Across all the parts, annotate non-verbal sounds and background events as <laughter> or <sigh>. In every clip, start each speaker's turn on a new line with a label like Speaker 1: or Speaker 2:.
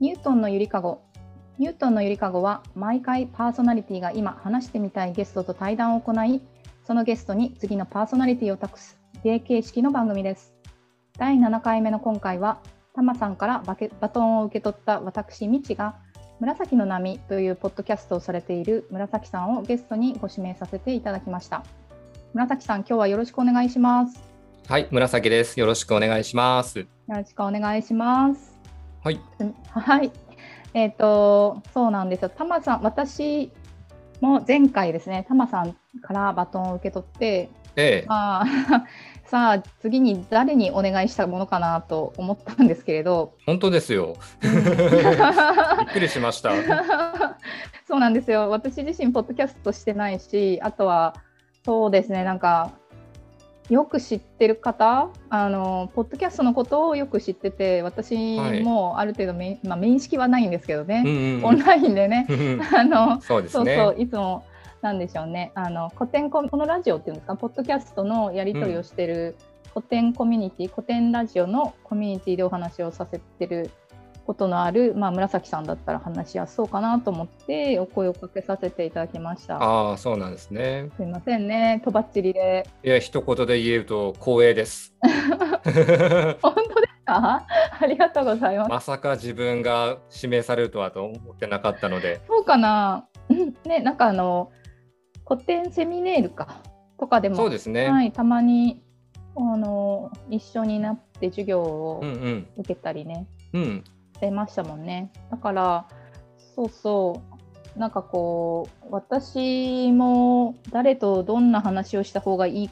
Speaker 1: ートンのゆりかごニュートンのゆりかごは毎回パーソナリティが今話してみたいゲストと対談を行いそのゲストに次のパーソナリティを託すリレー形式の番組です第7回目の今回はタマさんからバケバトンを受け取った私みちが紫の波というポッドキャストをされている紫さんをゲストにご指名させていただきました紫さん今日はよろしくお願いします
Speaker 2: はい、紫です。よろしくお願いします。
Speaker 1: よろしくお願いします。
Speaker 2: はい
Speaker 1: す。はい。えっ、と、そうなんですよ。たまさん、私も前回ですね、たまさんからバトンを受け取って、
Speaker 2: ええ、
Speaker 1: まあ、 <laughs> さあ、次に誰にお願いしたものかなと思ったんですけれど、
Speaker 2: 本当ですよ。びっくりし
Speaker 1: <laughs>
Speaker 2: ました。
Speaker 1: そうなんですよ。私自身、ポッドキャストしてないし、あとは、そうですね、なんか、よく知ってる方あの、ポッドキャストのことをよく知ってて、私もある程度め、まあ、面識はないんですけどね、
Speaker 2: うんう
Speaker 1: オンラインでね、
Speaker 2: んうん。
Speaker 1: あの、
Speaker 2: <laughs> そうです
Speaker 1: そう
Speaker 2: ね。
Speaker 1: そう、いつも、なんでしょうね、あの、古典コ、このラジオっていうんですか、ポッドキャストのやり取りをしてる。古典コミュニティ、古典ラジオのコミュニティでお話をさせてる。ことのある、まあ、紫さんだったら話しやすそうかなと思って、お声をかけさせていただきました。
Speaker 2: ああ、そうなんですね。
Speaker 1: すいませんね、とばっちりで。
Speaker 2: いや、一言で言えると光
Speaker 1: <laughs>
Speaker 2: 栄です。
Speaker 1: 本当ですか。 <laughs> ありがとうございます。
Speaker 2: まさか自分が指名されるとはと思ってなかったので。
Speaker 1: そうかな。 <laughs> うんね、なんか、あの、古典セミネールか。とかでも
Speaker 2: そうですね。
Speaker 1: はい、たまにあの一緒になって授業を
Speaker 2: うんうん。
Speaker 1: 受けたりね、
Speaker 2: うん。
Speaker 1: してましたもんね。だからそうそうなんかこう私も誰とどんな話をした方がいい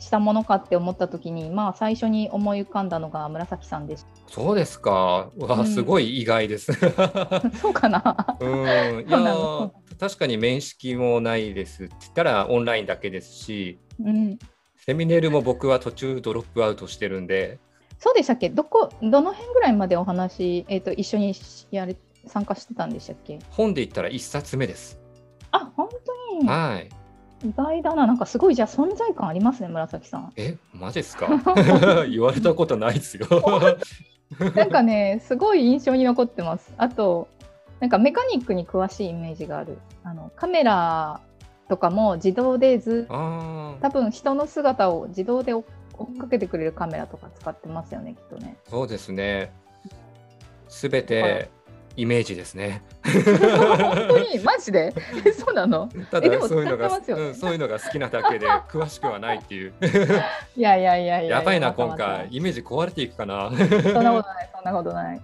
Speaker 1: したものかって思った時にまあ最初に思い浮かんだのが紫さんでし
Speaker 2: そうですか。う
Speaker 1: う
Speaker 2: わ
Speaker 1: ん
Speaker 2: あ、すごい意
Speaker 1: <laughs>
Speaker 2: 外です。
Speaker 1: た。 <laughs> そうかな <laughs>
Speaker 2: うん、い
Speaker 1: そ
Speaker 2: や
Speaker 1: うなの
Speaker 2: ー確かに面識もないですって言ったらオンラインだけですし
Speaker 1: うん
Speaker 2: セミネールも僕は途中ドロップアウトしてるんで
Speaker 1: そうでしたっけどこどの辺ぐらいまでお話、えー、と一緒にやれ参加してたんでしたっけ
Speaker 2: 本で言ったら1冊目です。
Speaker 1: あ本当に
Speaker 2: はい。
Speaker 1: 意外だな、なんかすごいじゃあ存在感ありますね、紫さん
Speaker 2: えマジです
Speaker 1: <laughs>
Speaker 2: か <laughs> 言われたことないですよ。
Speaker 1: なんかね、すごい印象に残ってます。あと、なんかメカニックに詳しいイメージがある。あのカメラとかも自動でず、
Speaker 2: ああ
Speaker 1: 多分人の姿を自動で追追っかけてくれるカメラとか使ってますよね、きっと
Speaker 2: <laughs>
Speaker 1: ね。
Speaker 2: そうですね。すべてイメージですね。
Speaker 1: 本当に、マジで <laughs> えそうなの
Speaker 2: た
Speaker 1: えで
Speaker 2: だ
Speaker 1: も
Speaker 2: そういうの
Speaker 1: 使
Speaker 2: が、
Speaker 1: ってますよね
Speaker 2: うんそういうのが好きなだけで詳しくはないっていう。
Speaker 1: <laughs> いやいやいやいや。
Speaker 2: やばいな
Speaker 1: また
Speaker 2: 今
Speaker 1: また
Speaker 2: 回イメージ壊れていくかな。 <laughs>
Speaker 1: そんなことない、そんなことない。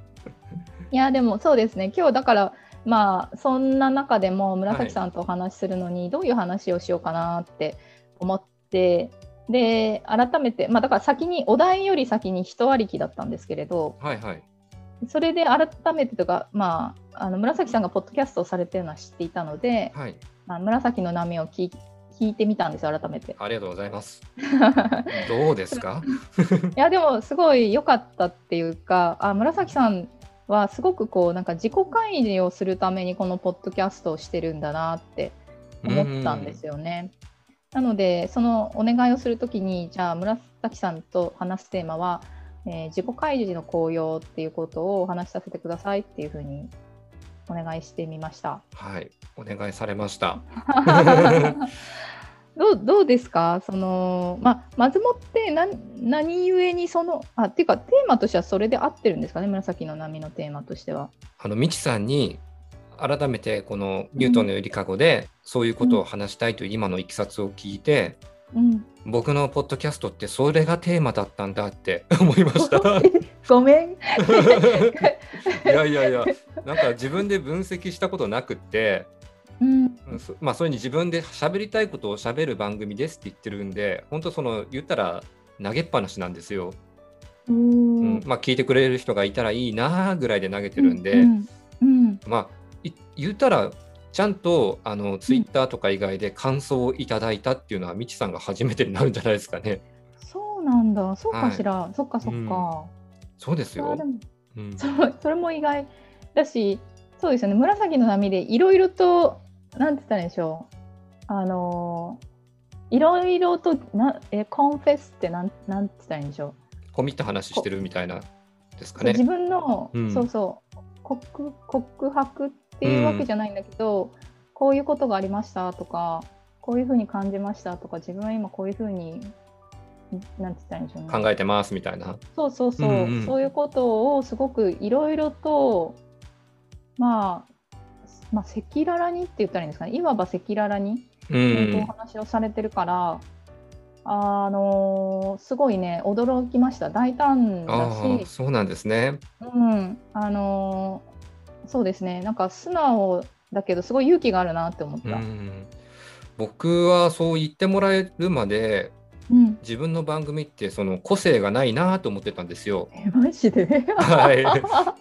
Speaker 1: いや、でもそうですね、今日だから、まあ、そんな中でも、紫さんとお話しするのに、どういう話をしようかなって思って、で、改めて、まあ、だから先に、お題より先に人ありきだったんですけれど、
Speaker 2: はいはい。
Speaker 1: それで改めてとか、まあ、あの紫さんがポッドキャストをされてるのは知っていたので、
Speaker 2: はい。
Speaker 1: まあ、紫の波を聞い聞いてみたんですよ、改めて。
Speaker 2: ありがとうござ
Speaker 1: <laughs>
Speaker 2: います。どうですか。
Speaker 1: いやでもすごい良かったっていうかあ紫さんはすごくこうなんか自己開示をするためにこのポッドキャストをしてるんだなって思ったんですよね。なのでそのお願いをするときにじゃあ紫さんと話すテーマは、えー自己開示の効用っていうことをお話しさせてくださいっていうふうにお願いしてみました。
Speaker 2: はい。お願いされました。
Speaker 1: <laughs> どうどうですかその、まあ、まずもって何何故にそのあっていうかテーマとしてはそれで合ってるんですかね紫の波のテーマとしては。
Speaker 2: あの、みちさんに改めてこのニュートンのゆりかごでそういうことを話したいという今のいきさつを聞いて、
Speaker 1: うん、
Speaker 2: 僕のポッドキャストってそれがテーマだったんだって <laughs> 思いました。
Speaker 1: <laughs> ごめん。
Speaker 2: いやいやいや、なんか自分で分析したことなくって、
Speaker 1: うん
Speaker 2: うんそまあそれに自分で喋りたいことを喋る番組ですって言ってるんで、本当その言ったら投げっぱなしなんですよ。
Speaker 1: うん
Speaker 2: うん、まあ聞いてくれる人がいたらいいなあぐらいで投げてるんで、
Speaker 1: うんうん
Speaker 2: まあい言うたらちゃんとあのツイッターとか以外で感想をいただいたっていうのはみちさんが初めてになるんじゃないですかね。
Speaker 1: そうなんだそうかしら、そっかそっか。
Speaker 2: うんそうです
Speaker 1: あ
Speaker 2: よ
Speaker 1: で。も
Speaker 2: うん、
Speaker 1: <laughs> そうそれも意外だしそうですよね紫の波でいろいろとなんて言ったらいいんでしょうあのいろいろとなえコンフェスってなんなんて言ったらいいんでしょ
Speaker 2: コミット話してるみたいなです
Speaker 1: う、
Speaker 2: かね
Speaker 1: 自。分の、
Speaker 2: うん
Speaker 1: そうそう告告白っていうわけじゃないんだけど、こういうことがありましたとかこういうふうに感じましたとか自分は今こういうふうになんて言ったらいいんでしょうね
Speaker 2: 考えてますみたいな。
Speaker 1: そうそうそう、
Speaker 2: うんうん
Speaker 1: そういうことをすごくいろいろと、まあ、まあ赤裸々にって言ったらいいんですかねいわば赤裸々に
Speaker 2: う
Speaker 1: 本当お
Speaker 2: ん、
Speaker 1: 話をされてるから、あのーすごいね驚きました大胆
Speaker 2: あ
Speaker 1: だ
Speaker 2: あ
Speaker 1: し、
Speaker 2: そうなんですね。
Speaker 1: うんあのーそうですねなんか素直だけどすごい勇気があるなって思っ
Speaker 2: う
Speaker 1: た。
Speaker 2: ん、僕はそう言ってもらえるまで
Speaker 1: うん、
Speaker 2: 自分の番組ってその個性がないなと思ってたんで
Speaker 1: <laughs>
Speaker 2: すよ。
Speaker 1: えマジでい
Speaker 2: はい、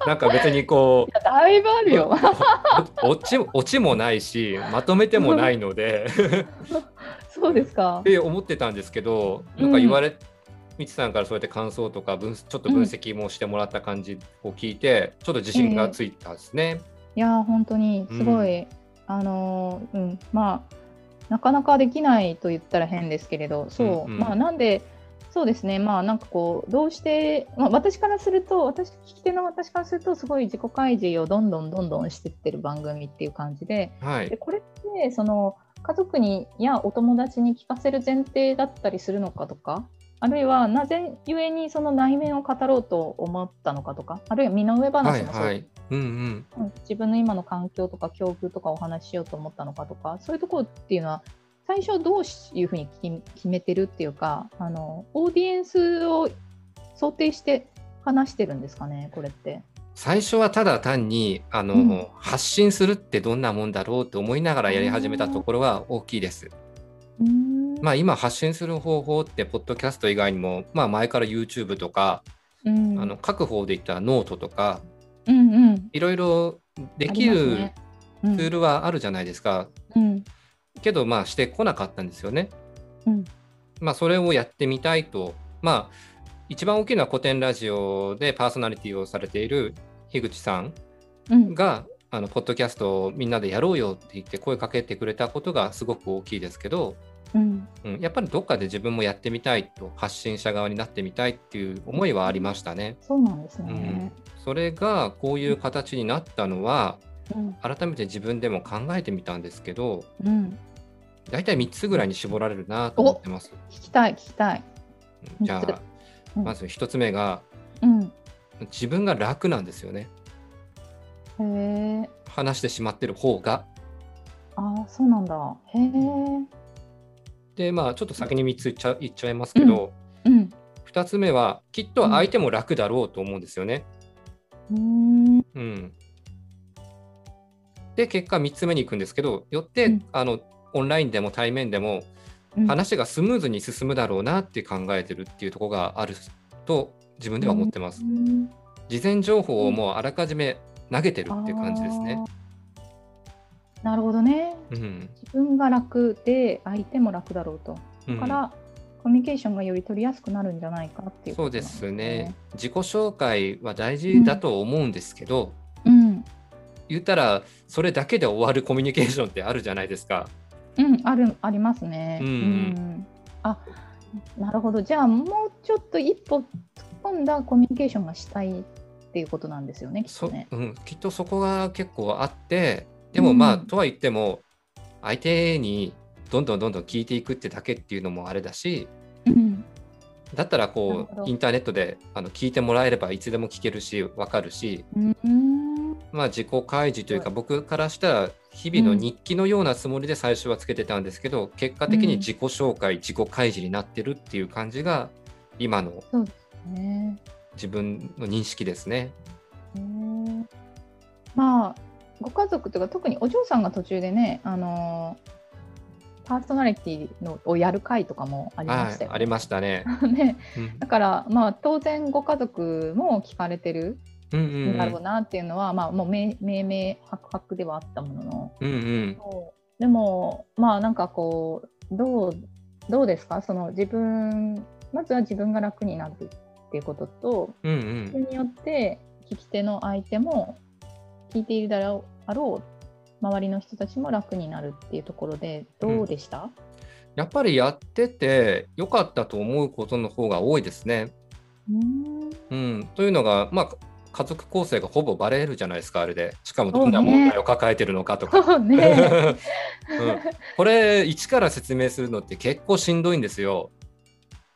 Speaker 2: なんか別にこう
Speaker 1: やだいぶあるよ
Speaker 2: おオチオチもないしまとめてもないので
Speaker 1: <laughs> そうですか
Speaker 2: っ。て思ってたんですけどなんか言われ、みちさんからそうやって感想とか分ちょっと分析もしてもらった感じを聞いて、ちょっと自信がついたんですね。
Speaker 1: いやー本当にすごい、あのーうんまあなかなかできないと言ったら変ですけれどそう、
Speaker 2: うんうん
Speaker 1: まあなんでそうですねまあなんかこうどうして、まあ、私からすると私聞き手の私からするとすごい自己開示をどんどんどんどんしてってる番組っていう感じで
Speaker 2: はい
Speaker 1: でこれってその家族にやお友達に聞かせる前提だったりするのかとかあるいはなぜゆえにその内面を語ろうと思ったのかとかあるいは身の上
Speaker 2: は
Speaker 1: 話
Speaker 2: い
Speaker 1: もそう
Speaker 2: は
Speaker 1: です
Speaker 2: い。うんうん。
Speaker 1: うん自分の今の環境とか境遇とかお話ししようと思ったのかとかそういうところっていうのは最初どういうふうに決決めてるっていうかあのオーディエンスを想定して話してるんですかねこれって。
Speaker 2: 最初はただ単にあの、
Speaker 1: うん
Speaker 2: 発信するってどんなもんだろうと思いながらやり始めたところは大きいです。まあ、今発信する方法ってポッドキャスト以外にも、まあ、前から YouTube とか、
Speaker 1: うん
Speaker 2: あの各方で言ったらノートとか
Speaker 1: うんうん
Speaker 2: いろいろでき
Speaker 1: あります
Speaker 2: る
Speaker 1: ねう
Speaker 2: ツ
Speaker 1: ん
Speaker 2: ールはあるじゃないですか、
Speaker 1: うん
Speaker 2: けどまあしてこなかったんですよね。
Speaker 1: うん
Speaker 2: まあ、それをやってみたいと、まあ、一番大きいのは古典ラジオでパーソナリティをされている樋口さん
Speaker 1: うん
Speaker 2: が、あのポッドキャストをみんなでやろうよって言って声かけてくれたことがすごく大きいですけど、
Speaker 1: うん
Speaker 2: うん、やっぱりどっかで自分もやってみたいと発信者側になってみたいっていう思いはありましたね。
Speaker 1: そうなんです
Speaker 2: う
Speaker 1: ね
Speaker 2: ん。、それがこういう形になったのは
Speaker 1: うん
Speaker 2: 改めて自分でも考えてみたんですけど
Speaker 1: うん
Speaker 2: 大体3つぐらいに絞られるなと思ってます。
Speaker 1: 聞きたい聞きたい。
Speaker 2: じゃ
Speaker 1: 三
Speaker 2: あ、
Speaker 1: うん
Speaker 2: まず1つ目が
Speaker 1: うん、
Speaker 2: 自分が楽なんですよね
Speaker 1: へえ
Speaker 2: 話してしまってる方が。
Speaker 1: ああそうなんだ。へえ。
Speaker 2: でまあちょっと先に3つ言っちゃ言っちゃいますけど、
Speaker 1: うん
Speaker 2: 2つ目はきっと相手も楽だろうと思うんですよね。
Speaker 1: うん
Speaker 2: うん、で結果3つ目に行くんですけどよって、
Speaker 1: うん
Speaker 2: あのオンラインでも対面でも
Speaker 1: うん
Speaker 2: 話がスムーズに進むだろうなって考えてるっていうところがあると自分では思ってます。
Speaker 1: うん
Speaker 2: 事前情報をもうあらかじめ投げてるっていう感じですね。
Speaker 1: あー。なるほどね。
Speaker 2: うん
Speaker 1: 自分が楽で相手も楽だろうと。
Speaker 2: うん
Speaker 1: だから、コミュニケーションがより取りやすくなるんじゃないかっていう
Speaker 2: そ
Speaker 1: こ
Speaker 2: う
Speaker 1: とな
Speaker 2: で
Speaker 1: ん
Speaker 2: すね。自己紹介は大事だと思うんですけど、
Speaker 1: うん、
Speaker 2: 言ったらそれだけで終わるコミュニケーションってあるじゃないですか。
Speaker 1: うん、あるありますね。
Speaker 2: うん
Speaker 1: んあ、なるほど。じゃあもうちょっと一歩突っ込んだコミュニケーションがしたいっていうことなんですよね。きっと
Speaker 2: そ
Speaker 1: ね。
Speaker 2: うん、きっとそこが結構あってでもまあ、
Speaker 1: うん
Speaker 2: とは言っても相手にどんどんどんどん聞いていくってだけっていうのもあれだし
Speaker 1: うん。
Speaker 2: だったら
Speaker 1: なる
Speaker 2: こ
Speaker 1: ほど
Speaker 2: うインターネットであの聞いてもらえればいつでも聞けるし分かるし、
Speaker 1: うん。
Speaker 2: まあ、自己開示というか
Speaker 1: は
Speaker 2: 僕からしたら日々の
Speaker 1: うん
Speaker 2: 日記のようなつもりで最初はつけてたんですけど、結果的に自己紹介自己開示になってるっていう感じが今の
Speaker 1: そうですね。
Speaker 2: 自分の認識ですね。
Speaker 1: へーまあご家族というか特にお嬢さんが途中でねあのーパーソナリティのをやる会とかもありま
Speaker 2: は
Speaker 1: した
Speaker 2: い、
Speaker 1: よ、
Speaker 2: ありまし
Speaker 1: <laughs>
Speaker 2: たね。
Speaker 1: ね、
Speaker 2: うん
Speaker 1: だからまあ当然ご家族も聞かれてる
Speaker 2: うんうん
Speaker 1: ん
Speaker 2: う
Speaker 1: だろうんなっていうのは、まあもう明明明白々ではあったものの
Speaker 2: うんうん
Speaker 1: そうでもまあなんかこうどうどうですかその自分まずは自分が楽になるっていうことと
Speaker 2: うん
Speaker 1: そうれによって聞き手の相手も聞いているだろうあろう周りの人たちも楽になるっていうところでどうでした、
Speaker 2: ん、やっぱりやってて良かったと思うことの方が多いですね。
Speaker 1: うん、
Speaker 2: うん、というのが、まあ、家族構成がほぼバレるじゃないですかあれでしかもどんな問題を抱えてるのかとか、
Speaker 1: そう <laughs> ね。
Speaker 2: うん、これ一から説明するのって結構しんどいんですよ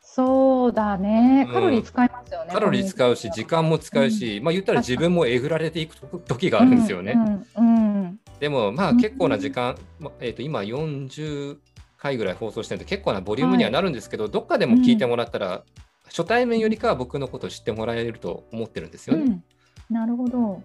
Speaker 1: そうだね
Speaker 2: う。ん
Speaker 1: カロリー使いますよね。
Speaker 2: カロリー使うし時間も使うし、まあ言ったら自分もえぐられていくと時があるんですよね、
Speaker 1: うん。うん
Speaker 2: でもまあ
Speaker 1: うん
Speaker 2: 結構な時間、まえー、と今40回ぐらい放送してるんで結構なボリュームにはなるんですけど、どっかでも聞いてもらったら、初対面よりかは僕のことを知ってもらえると思ってるんです
Speaker 1: う
Speaker 2: よ
Speaker 1: ん
Speaker 2: ね。
Speaker 1: うんなるほど。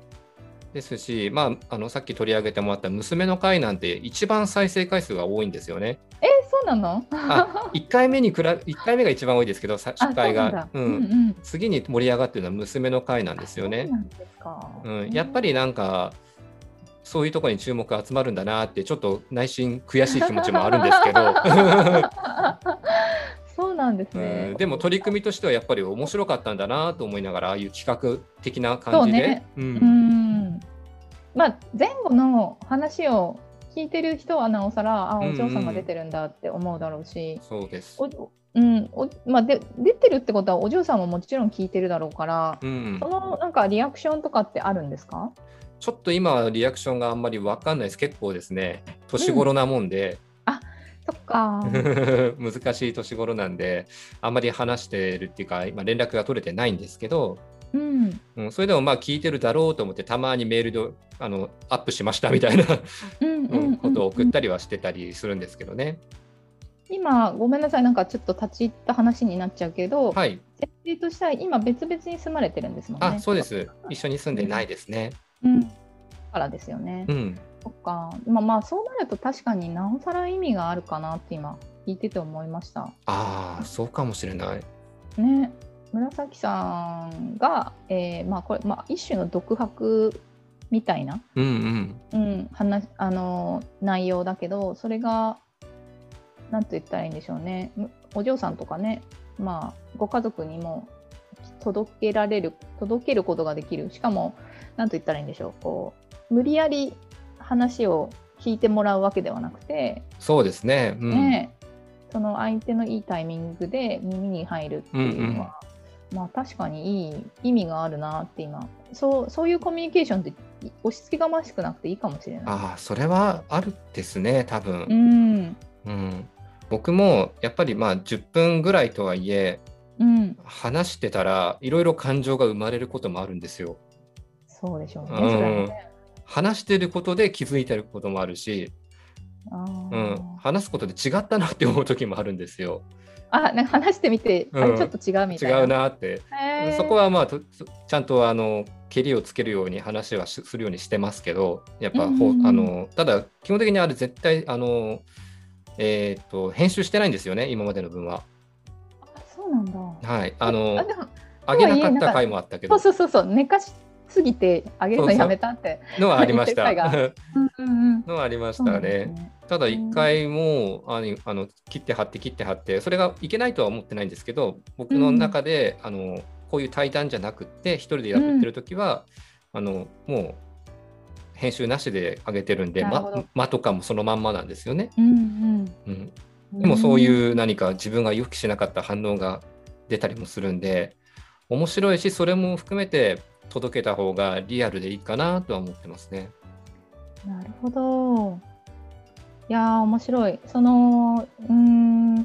Speaker 2: ですし、まあ、あのさっき取り上げてもらった娘の回なんて一番再生回数が多いんですよね。
Speaker 1: え、そうなの？
Speaker 2: あ1回目に比べ1回目が一番多いですけどさ
Speaker 1: あ、
Speaker 2: 初回
Speaker 1: そうなん
Speaker 2: が
Speaker 1: だ。
Speaker 2: う
Speaker 1: うんんうん。
Speaker 2: 次に盛り上がってるのは娘の回なんですよね。
Speaker 1: そうなんですか。
Speaker 2: うん、やっぱりなんかそういうところに注目が集まるんだなってちょっと内心悔しい気持ちもあるんですけど、
Speaker 1: <laughs> そうなんです
Speaker 2: う
Speaker 1: ね
Speaker 2: ん。でも取り組みとしてはやっぱり面白かったんだなと思いながらああいう企画的な感じで
Speaker 1: そうね
Speaker 2: う
Speaker 1: うんん。まあ前後の話を聞いてる人はなおさら、あ、
Speaker 2: うんう
Speaker 1: お
Speaker 2: ん
Speaker 1: 嬢さんが出てるんだって思うだろうし。
Speaker 2: そうです。
Speaker 1: おおうんおまあ、で出てるってことはお嬢さんももちろん聞いてるだろうから、
Speaker 2: うん
Speaker 1: そ、のなんかリアクションとかってあるんですか
Speaker 2: ちょっと今はリアクションがあんまり分かんないです結構ですね年頃なもんで、
Speaker 1: そっか
Speaker 2: <laughs> 難しい年頃なんであんまり話してるっていうか今連絡が取れてないんですけど、
Speaker 1: うん
Speaker 2: うん、それでもまあ聞いてるだろうと思ってたまにメールであのアップしましたみたいな
Speaker 1: うんう
Speaker 2: うん
Speaker 1: うん
Speaker 2: んことを送ったりはしてたりするんですけどね。
Speaker 1: 今ごめんなさいなんかちょっと立ち入った話になっちゃうけど、
Speaker 2: はい。
Speaker 1: 設定としては今別々に住まれてるんですもんね
Speaker 2: あ、そうです。一緒に住んでないですね。
Speaker 1: うんだからですよね、
Speaker 2: うん。
Speaker 1: そっかまあまあそうなると確かになおさら意味があるかなって今聞いてて思いました
Speaker 2: ああ、そうかもしれない。
Speaker 1: ね紫さんが、えーまあ、これ、まあ、一種の独白みたいな
Speaker 2: うんうん。
Speaker 1: うん、話あの内容だけどそれが何と言ったらいいんでしょうねむお嬢さんとかね、まあ、ご家族にも届けられる届けることができるしかも何と言ったらいいんでしょうこう無理やり話を聞いてもらうわけではなくて、
Speaker 2: そうですね。うん。
Speaker 1: ねその相手のいいタイミングで耳に入るっていうのは、まあ、確かにいい意味があるなって今そうそういうコミュニケーションって押し付けがましくなくていいかもしれない。
Speaker 2: ああ、それはあるですね。多
Speaker 1: う
Speaker 2: 分。
Speaker 1: ん、
Speaker 2: うん。僕もやっぱりまあ10分ぐらいとはいえ
Speaker 1: うん、
Speaker 2: 話してたらいろいろ感情が生まれることもあるんですよ。
Speaker 1: そうでしょうね。
Speaker 2: うん
Speaker 1: それはね
Speaker 2: 話してることで気づいてることもあるし、
Speaker 1: あ
Speaker 2: う
Speaker 1: ー
Speaker 2: ん、話すことで違ったなって思う時もあるんですよ。
Speaker 1: あ、なんか話してみて、あ
Speaker 2: うん
Speaker 1: れちょっと違うみたいな。
Speaker 2: 違う。なってそこ
Speaker 1: は。
Speaker 2: はまあとそちゃんとあの蹴りをつけるように話はしするようにしてますけどやっぱほ、
Speaker 1: うんうんうん
Speaker 2: あのただ基本的にあれ絶対あの、えー、と編集してないんですよね今までの分は。
Speaker 1: あそうなんだ。
Speaker 2: はい、あの
Speaker 1: あ、でも、
Speaker 2: 上げ
Speaker 1: とは
Speaker 2: なか
Speaker 1: いえ
Speaker 2: っ
Speaker 1: なん
Speaker 2: た
Speaker 1: か
Speaker 2: 回もあったけ
Speaker 1: そ
Speaker 2: ど
Speaker 1: うそうそうそう、寝かしすぎて、あげるのやめたって。
Speaker 2: のはあり
Speaker 1: <laughs>
Speaker 2: ました
Speaker 1: 言ってるうんうんうん。
Speaker 2: <laughs> のはありまし
Speaker 1: そうな
Speaker 2: た
Speaker 1: んです
Speaker 2: ね。
Speaker 1: ね。
Speaker 2: ただ一回もあのあの切って貼って切って貼ってそれがいけないとは思ってないんですけど僕の中で、あのこういう対談じゃなくって一人でやってる時は、あのもう編集なしで上げてるんで
Speaker 1: なるほど
Speaker 2: ま間とかもそのまんまなんですよね、
Speaker 1: うん
Speaker 2: うん、
Speaker 1: うん。
Speaker 2: でもそう
Speaker 1: う
Speaker 2: いう何か自分が予期しなかった反応が出たりもするんで面白いしそれも含めて届けた方がリアルでいいかなとは思ってますね。
Speaker 1: ん。なるほど。いやー、面白い。その、うーん。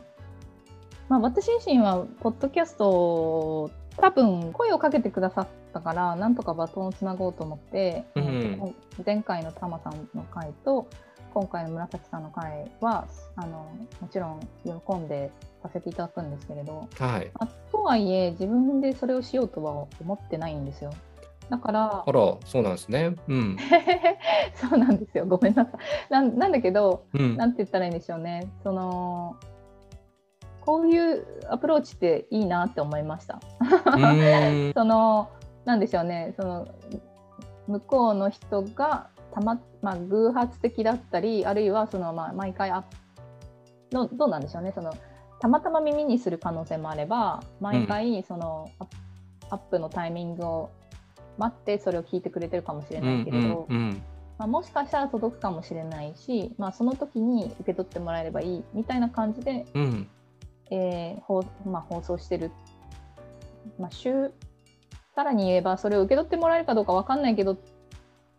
Speaker 1: まあ、私自身はポッドキャスト。多分声をかけてくださったからなんとかバトンをつなごうと思って、
Speaker 2: うん
Speaker 1: 前回のタマさんの回と今回の紫さんの回はあのもちろん喜んでさせていただくんですけれど、
Speaker 2: はい、
Speaker 1: まあ、とはいえ自分でそれをしようとは思ってないんですよだから
Speaker 2: あらそうなんですね。うん、
Speaker 1: <laughs> そうなんですよごめんなさいなんなんだけど <laughs>
Speaker 2: うん
Speaker 1: なんて言ったらいいんでしょうねそのこういうアプローチっていいなって思いました
Speaker 2: うーん
Speaker 1: そのなんでしょうねその向こうの人がたま、まあ、偶発的だったりあるいはその、まあ、毎回あのどうなんでしょうねそのたまたま耳にする可能性もあれば毎回その、アップアップのタイミングを待ってそれを聞いてくれてるかもしれないけれど、
Speaker 2: うんうん
Speaker 1: まあ、もしかしたら届くかもしれないし、まあ、その時に受け取ってもらえればいいみたいな感じで
Speaker 2: うんうん
Speaker 1: えー放まあ、放送してる、まあ、週さらに言えばそれを受け取ってもらえるかどうかわかんないけど、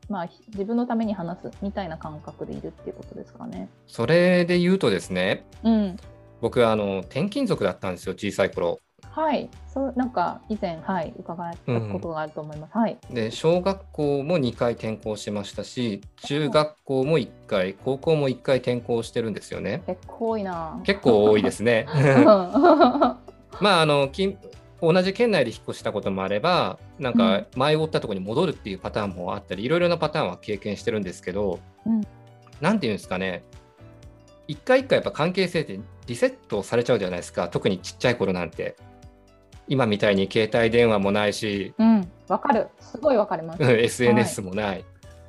Speaker 1: まあ、ひ自分のために話すみたいな感覚でいるっていうことですかね。
Speaker 2: それで言うとですね、
Speaker 1: うん、
Speaker 2: 僕はあの転勤族だったんですよ、小さい頃。
Speaker 1: はい、そうなんか以前、はい、伺ったことがあると思います。はい、
Speaker 2: で、小学校も2回転校しましたし、中学校も1回、高校も1回転校してるんですよね。
Speaker 1: 結構多いな。
Speaker 2: 結構多いですね。
Speaker 1: 構
Speaker 2: まああの近同じ県内で引っ越したこともあればなんか前を追ったところに戻るっていうパターンもあったり、いろいろなパターンは経験してるんですけど、
Speaker 1: うん
Speaker 2: なんていうんですかね一回一回やっぱ関係性ってリセットされちゃうじゃないですか特にちっちゃい頃なんて今みたいに携帯電話もないし、
Speaker 1: <laughs>
Speaker 2: <laughs>
Speaker 1: うん、わかる。すごいわかります
Speaker 2: う。ん SNS もない、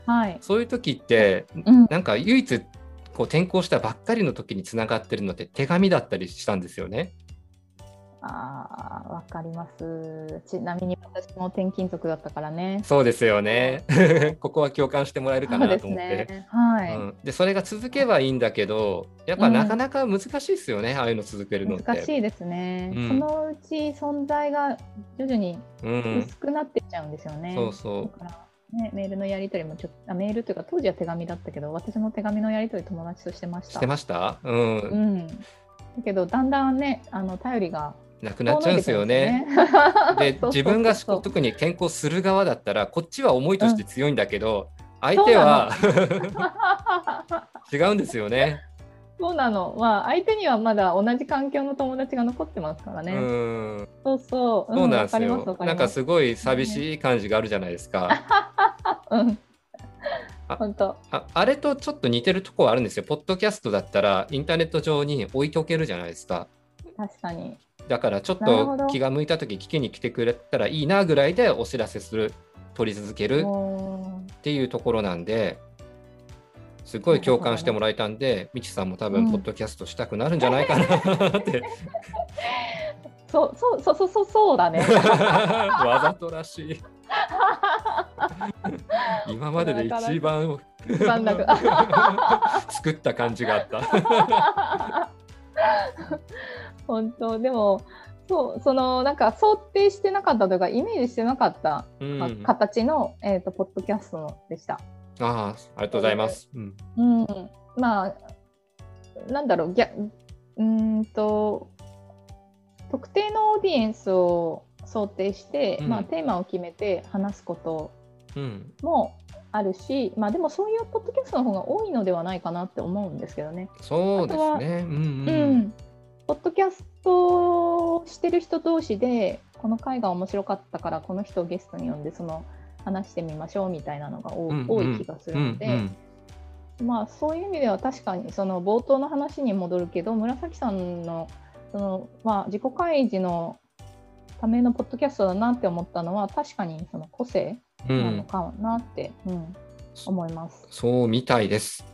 Speaker 1: はい。
Speaker 2: そういう時って
Speaker 1: うん。
Speaker 2: なんか唯一こう転校したばっかりの時につながってるのって手紙だったりしたんですよね。
Speaker 1: ああ、わかります。ちなみに私も転勤族だったからね。
Speaker 2: そうですよね。ここは共感してもらえるか
Speaker 1: そう
Speaker 2: な
Speaker 1: です
Speaker 2: と思って。
Speaker 1: ね。はい。
Speaker 2: うん、でそれが続けばいいんだけどやっぱ
Speaker 1: うん
Speaker 2: なかなか難しいですよね、ああいうの続けるのって。
Speaker 1: 難しいですね、
Speaker 2: うん
Speaker 1: そのうち存在が徐々に
Speaker 2: うん、
Speaker 1: 薄くなってっちゃうんですよね。
Speaker 2: そうそう
Speaker 1: だからね、メールのやり取りもちょっとあメールというか当時は手紙だったけど私も手紙のやり取り友達としてまし。
Speaker 2: したてました、うん
Speaker 1: うん、だけどだんだんねあの頼りが
Speaker 2: なくなっちゃうんですよね。
Speaker 1: 遠のいてくるんですね。 <laughs>
Speaker 2: で自分が
Speaker 1: そうそうそう
Speaker 2: 特に健康する側だったらこっちは思いとして強いんだけど、相手は違うんですよね。
Speaker 1: そうなの、まあ、相手にはまだ同じ環境の友達が残ってますからね。
Speaker 2: うん、
Speaker 1: そうそう、
Speaker 2: そうなんです
Speaker 1: わ
Speaker 2: よ、
Speaker 1: かり
Speaker 2: な
Speaker 1: ま
Speaker 2: んか
Speaker 1: す
Speaker 2: すごい寂しい感じがあるじゃないですか。
Speaker 1: わかります。う
Speaker 2: あ
Speaker 1: ん。本当。
Speaker 2: ああれとちょっと似てるとこはあるんですよ。ポッドキャストだったらインターネット上に置いとけるじゃないですか。
Speaker 1: 確かに。
Speaker 2: だからちょっ
Speaker 1: なるほど
Speaker 2: と気が向いた時聞きに来てくれたらいいなぐらいでお知らせする取り続ける
Speaker 1: も
Speaker 2: っていうところなんですごい共感してもらえたんでみち、さんも多
Speaker 1: う
Speaker 2: 分
Speaker 1: ん
Speaker 2: ポッドキャストしたくなるんじゃないかな
Speaker 1: <laughs>
Speaker 2: って、
Speaker 1: うそう、そう、そう、そう、そう、そうだ
Speaker 2: <laughs>
Speaker 1: ね。
Speaker 2: わざとらし
Speaker 1: <laughs>
Speaker 2: い今までで一番
Speaker 1: 一番楽
Speaker 2: 作った感じがあった
Speaker 1: 本当、でも。そう、その、なんか想定してなかったというか、イメージしてなかった。
Speaker 2: うん
Speaker 1: か
Speaker 2: あ
Speaker 1: 形の、えっと、ポッドキャストでした。
Speaker 2: あありがとうございます、う
Speaker 1: うん、
Speaker 2: ん
Speaker 1: まあなんだろうぎゃうーんと特定のオーディエンスを想定して、
Speaker 2: うん
Speaker 1: まあ、テーマを決めて話すこと
Speaker 2: うん、
Speaker 1: もあるし、まあ、でもそういうポッドキャストの方が多いのではないかなって思うんですけどね。
Speaker 2: そうですねうんう
Speaker 1: うんん、ポッドキャストをしてる人同士でこの回が面白かったからこの人をゲストに呼んでその話してみましょうみたいなのが多,、
Speaker 2: うん
Speaker 1: 多い気がするので。
Speaker 2: うんうん
Speaker 1: まあそういう意味では確かにその冒頭の話に戻るけど紫さんのその、まあ、自己開示のためのポッドキャストだなって思ったのは確かにその個性
Speaker 2: う
Speaker 1: なの
Speaker 2: ん、。
Speaker 1: かなって、うん思います
Speaker 2: そうみたいです。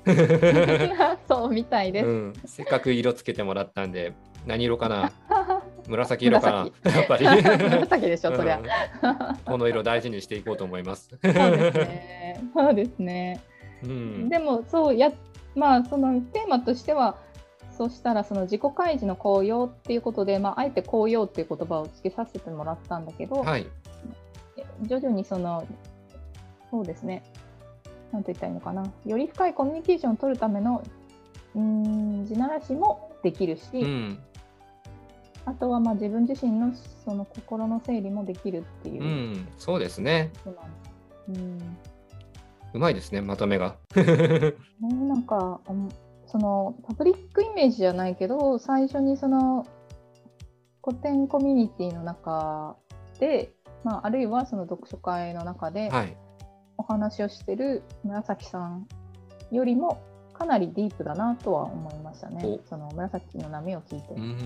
Speaker 1: <laughs> そうみたいです。
Speaker 2: うん、せっかく色つけてもらったんで、何色
Speaker 1: <laughs>
Speaker 2: かな紫色かなやっぱり。
Speaker 1: 紫でしょ、そりゃ。
Speaker 2: うんこの色大事にしていこうと思い
Speaker 1: <laughs>
Speaker 2: ます。
Speaker 1: そうですね。そうですね。
Speaker 2: うん、
Speaker 1: でもそうやまあそのテーマとしてはそしたらその自己開示の紅葉っていうことで、まあ、あえて紅葉っていう言葉をつけさせてもらったんだけど、
Speaker 2: はい。
Speaker 1: 徐々にそのそうですねなんと言ったらいいのかなより深いコミュニケーションを取るためのうーん地ならしもできるし、
Speaker 2: うん、、
Speaker 1: あとはまあ自分自身のその心の整理もできるっていううん
Speaker 2: そうですね。
Speaker 1: ことなんだ。うん
Speaker 2: うまいですね、まとめが。
Speaker 1: ねなんかあのそのパブリックイメージじゃないけど最初にその古典コミュニティの中で、まあ、あるいはその読書会の中で
Speaker 2: はい。
Speaker 1: お話をしてる紫さんよりもかなりディープだなとは思いましたね
Speaker 2: お
Speaker 1: その紫の波を聞いて。
Speaker 2: うん、
Speaker 1: う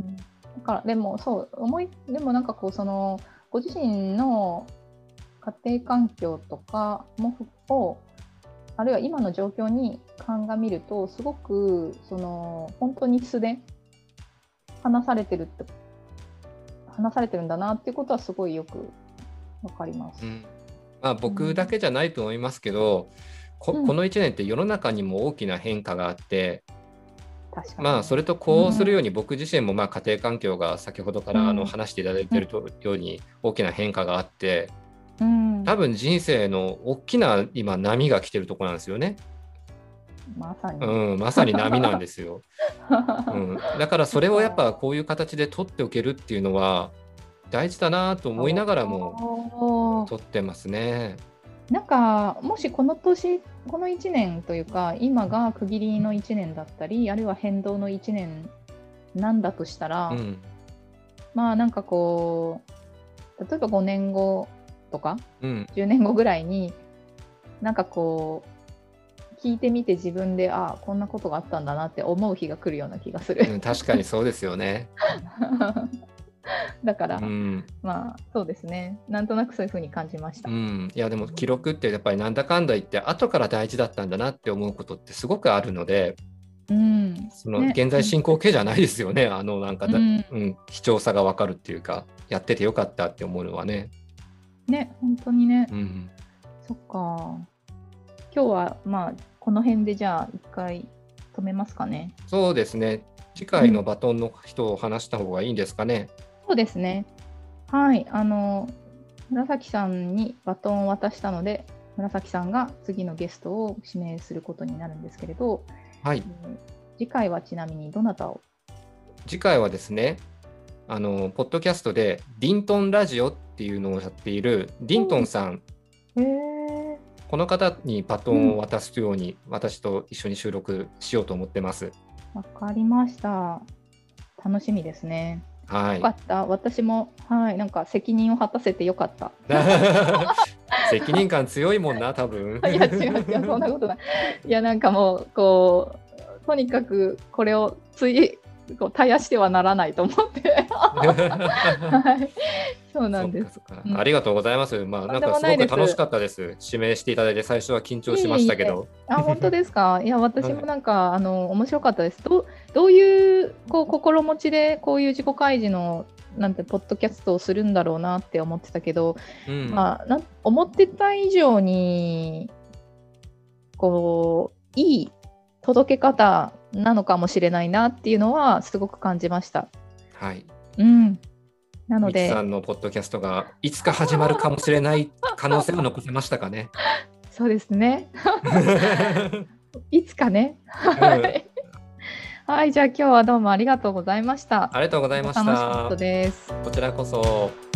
Speaker 1: んだからでもそう思いでもなんかこうそのご自身の家庭環境とかもをあるいは今の状況に鑑みるとすごくその本当に素で話されてるって話されてるんだなっていうことはすごいよくわかります。
Speaker 2: うん。まあ、僕だけじゃないと思いますけど。こ
Speaker 1: うん
Speaker 2: この1年って世の中にも大きな変化があって、
Speaker 1: 確かに。
Speaker 2: まあ、それと呼応するように僕自身もまあ家庭環境が先ほどか
Speaker 1: うん
Speaker 2: らあの話していただいているとように大きな変化があって
Speaker 1: うん、
Speaker 2: 多分人生の大きな今波が来てるところなんですよね、
Speaker 1: まさに。
Speaker 2: うん、まさに波なんで
Speaker 1: <laughs>
Speaker 2: すよ、うん、だからそれをやっぱこういう形で取っておけるっていうのは大事だなと思いなが
Speaker 1: <laughs>
Speaker 2: らも
Speaker 1: も
Speaker 2: 取ってますね。
Speaker 1: なんかもしこの年この1年というか今が区切りの1年だったりあるいは変動の1年なんだとしたら、
Speaker 2: うん
Speaker 1: まあなんかこう例えば5年後とか
Speaker 2: うん
Speaker 1: 10年後ぐらいになんかこう聞いてみて自分でああこんなことがあったんだなって思う日が来るような気がする、
Speaker 2: うん、確かにそうですよね。
Speaker 1: <laughs> だから、
Speaker 2: うん
Speaker 1: まあそうですねなんとなくそういうふうに感じました、
Speaker 2: うん、いやでも記録ってやっぱりなんだかんだ言って後から大事だったんだなって思うことってすごくあるので
Speaker 1: うん
Speaker 2: その
Speaker 1: ね
Speaker 2: 現在進行形じゃないですよねあのなんかだ、
Speaker 1: う
Speaker 2: うん
Speaker 1: ん
Speaker 2: 貴重さが分かるっていうかやっててよかったって思うのはね。
Speaker 1: ね本当にね、
Speaker 2: うん
Speaker 1: そっか。今日はまあこの辺でじゃあ一回止めますかね。
Speaker 2: そうですね次回のバトンの人を話した方がいいんですかね。
Speaker 1: そうですね。はい、あの紫さんにバトンを渡したので、紫さんが次のゲストを指名することになるんですけれど、
Speaker 2: は
Speaker 1: う
Speaker 2: い
Speaker 1: ん次回はちなみにどなたを？
Speaker 2: 次回はですねあのポッドキャストでディントンラジオっていうのをやっているディントンさん
Speaker 1: へえ。
Speaker 2: この方にバトンを渡すように、私と一緒に収録しようと思ってます。
Speaker 1: わかりました。楽しみですね。
Speaker 2: はい
Speaker 1: よか。った。私もはいなんか責任を果たせてよかった。
Speaker 2: <laughs> 責任感強いもんな、多分。
Speaker 1: <laughs> いや違う違うそんなことない。いやなんかもうこうとにかくこれをついこう絶やしてはならないと思って、はい、そうなんです。
Speaker 2: そっかそっか
Speaker 1: うん
Speaker 2: ありがとうございます。まあ、
Speaker 1: と
Speaker 2: なんん
Speaker 1: でも
Speaker 2: かす
Speaker 1: ない
Speaker 2: ご
Speaker 1: です
Speaker 2: く楽しかったです。指名していただいて、最初は緊張しましたけど。
Speaker 1: あ本当ですか。いや私もなんか、あの面白かったです。どうどういうこう心持ちでこういう自己開示のなんてポッドキャストをするんだろうなって思ってたけど、
Speaker 2: うん
Speaker 1: まあなん思ってた以上にこういい届け方なのかもしれないなっていうのはすごく感じました。
Speaker 2: はい。
Speaker 1: うん、なの
Speaker 2: みち
Speaker 1: で
Speaker 2: さんのポッドキャストがいつか始まるかもしれない可能性は残せましたかね。
Speaker 1: そうです
Speaker 2: <laughs>
Speaker 1: ねいつかね。はいはいじゃあ今日はどうもありがとうございました。
Speaker 2: ありがとうございまし
Speaker 1: 楽しかった
Speaker 2: た。
Speaker 1: です。
Speaker 2: こちらこそ。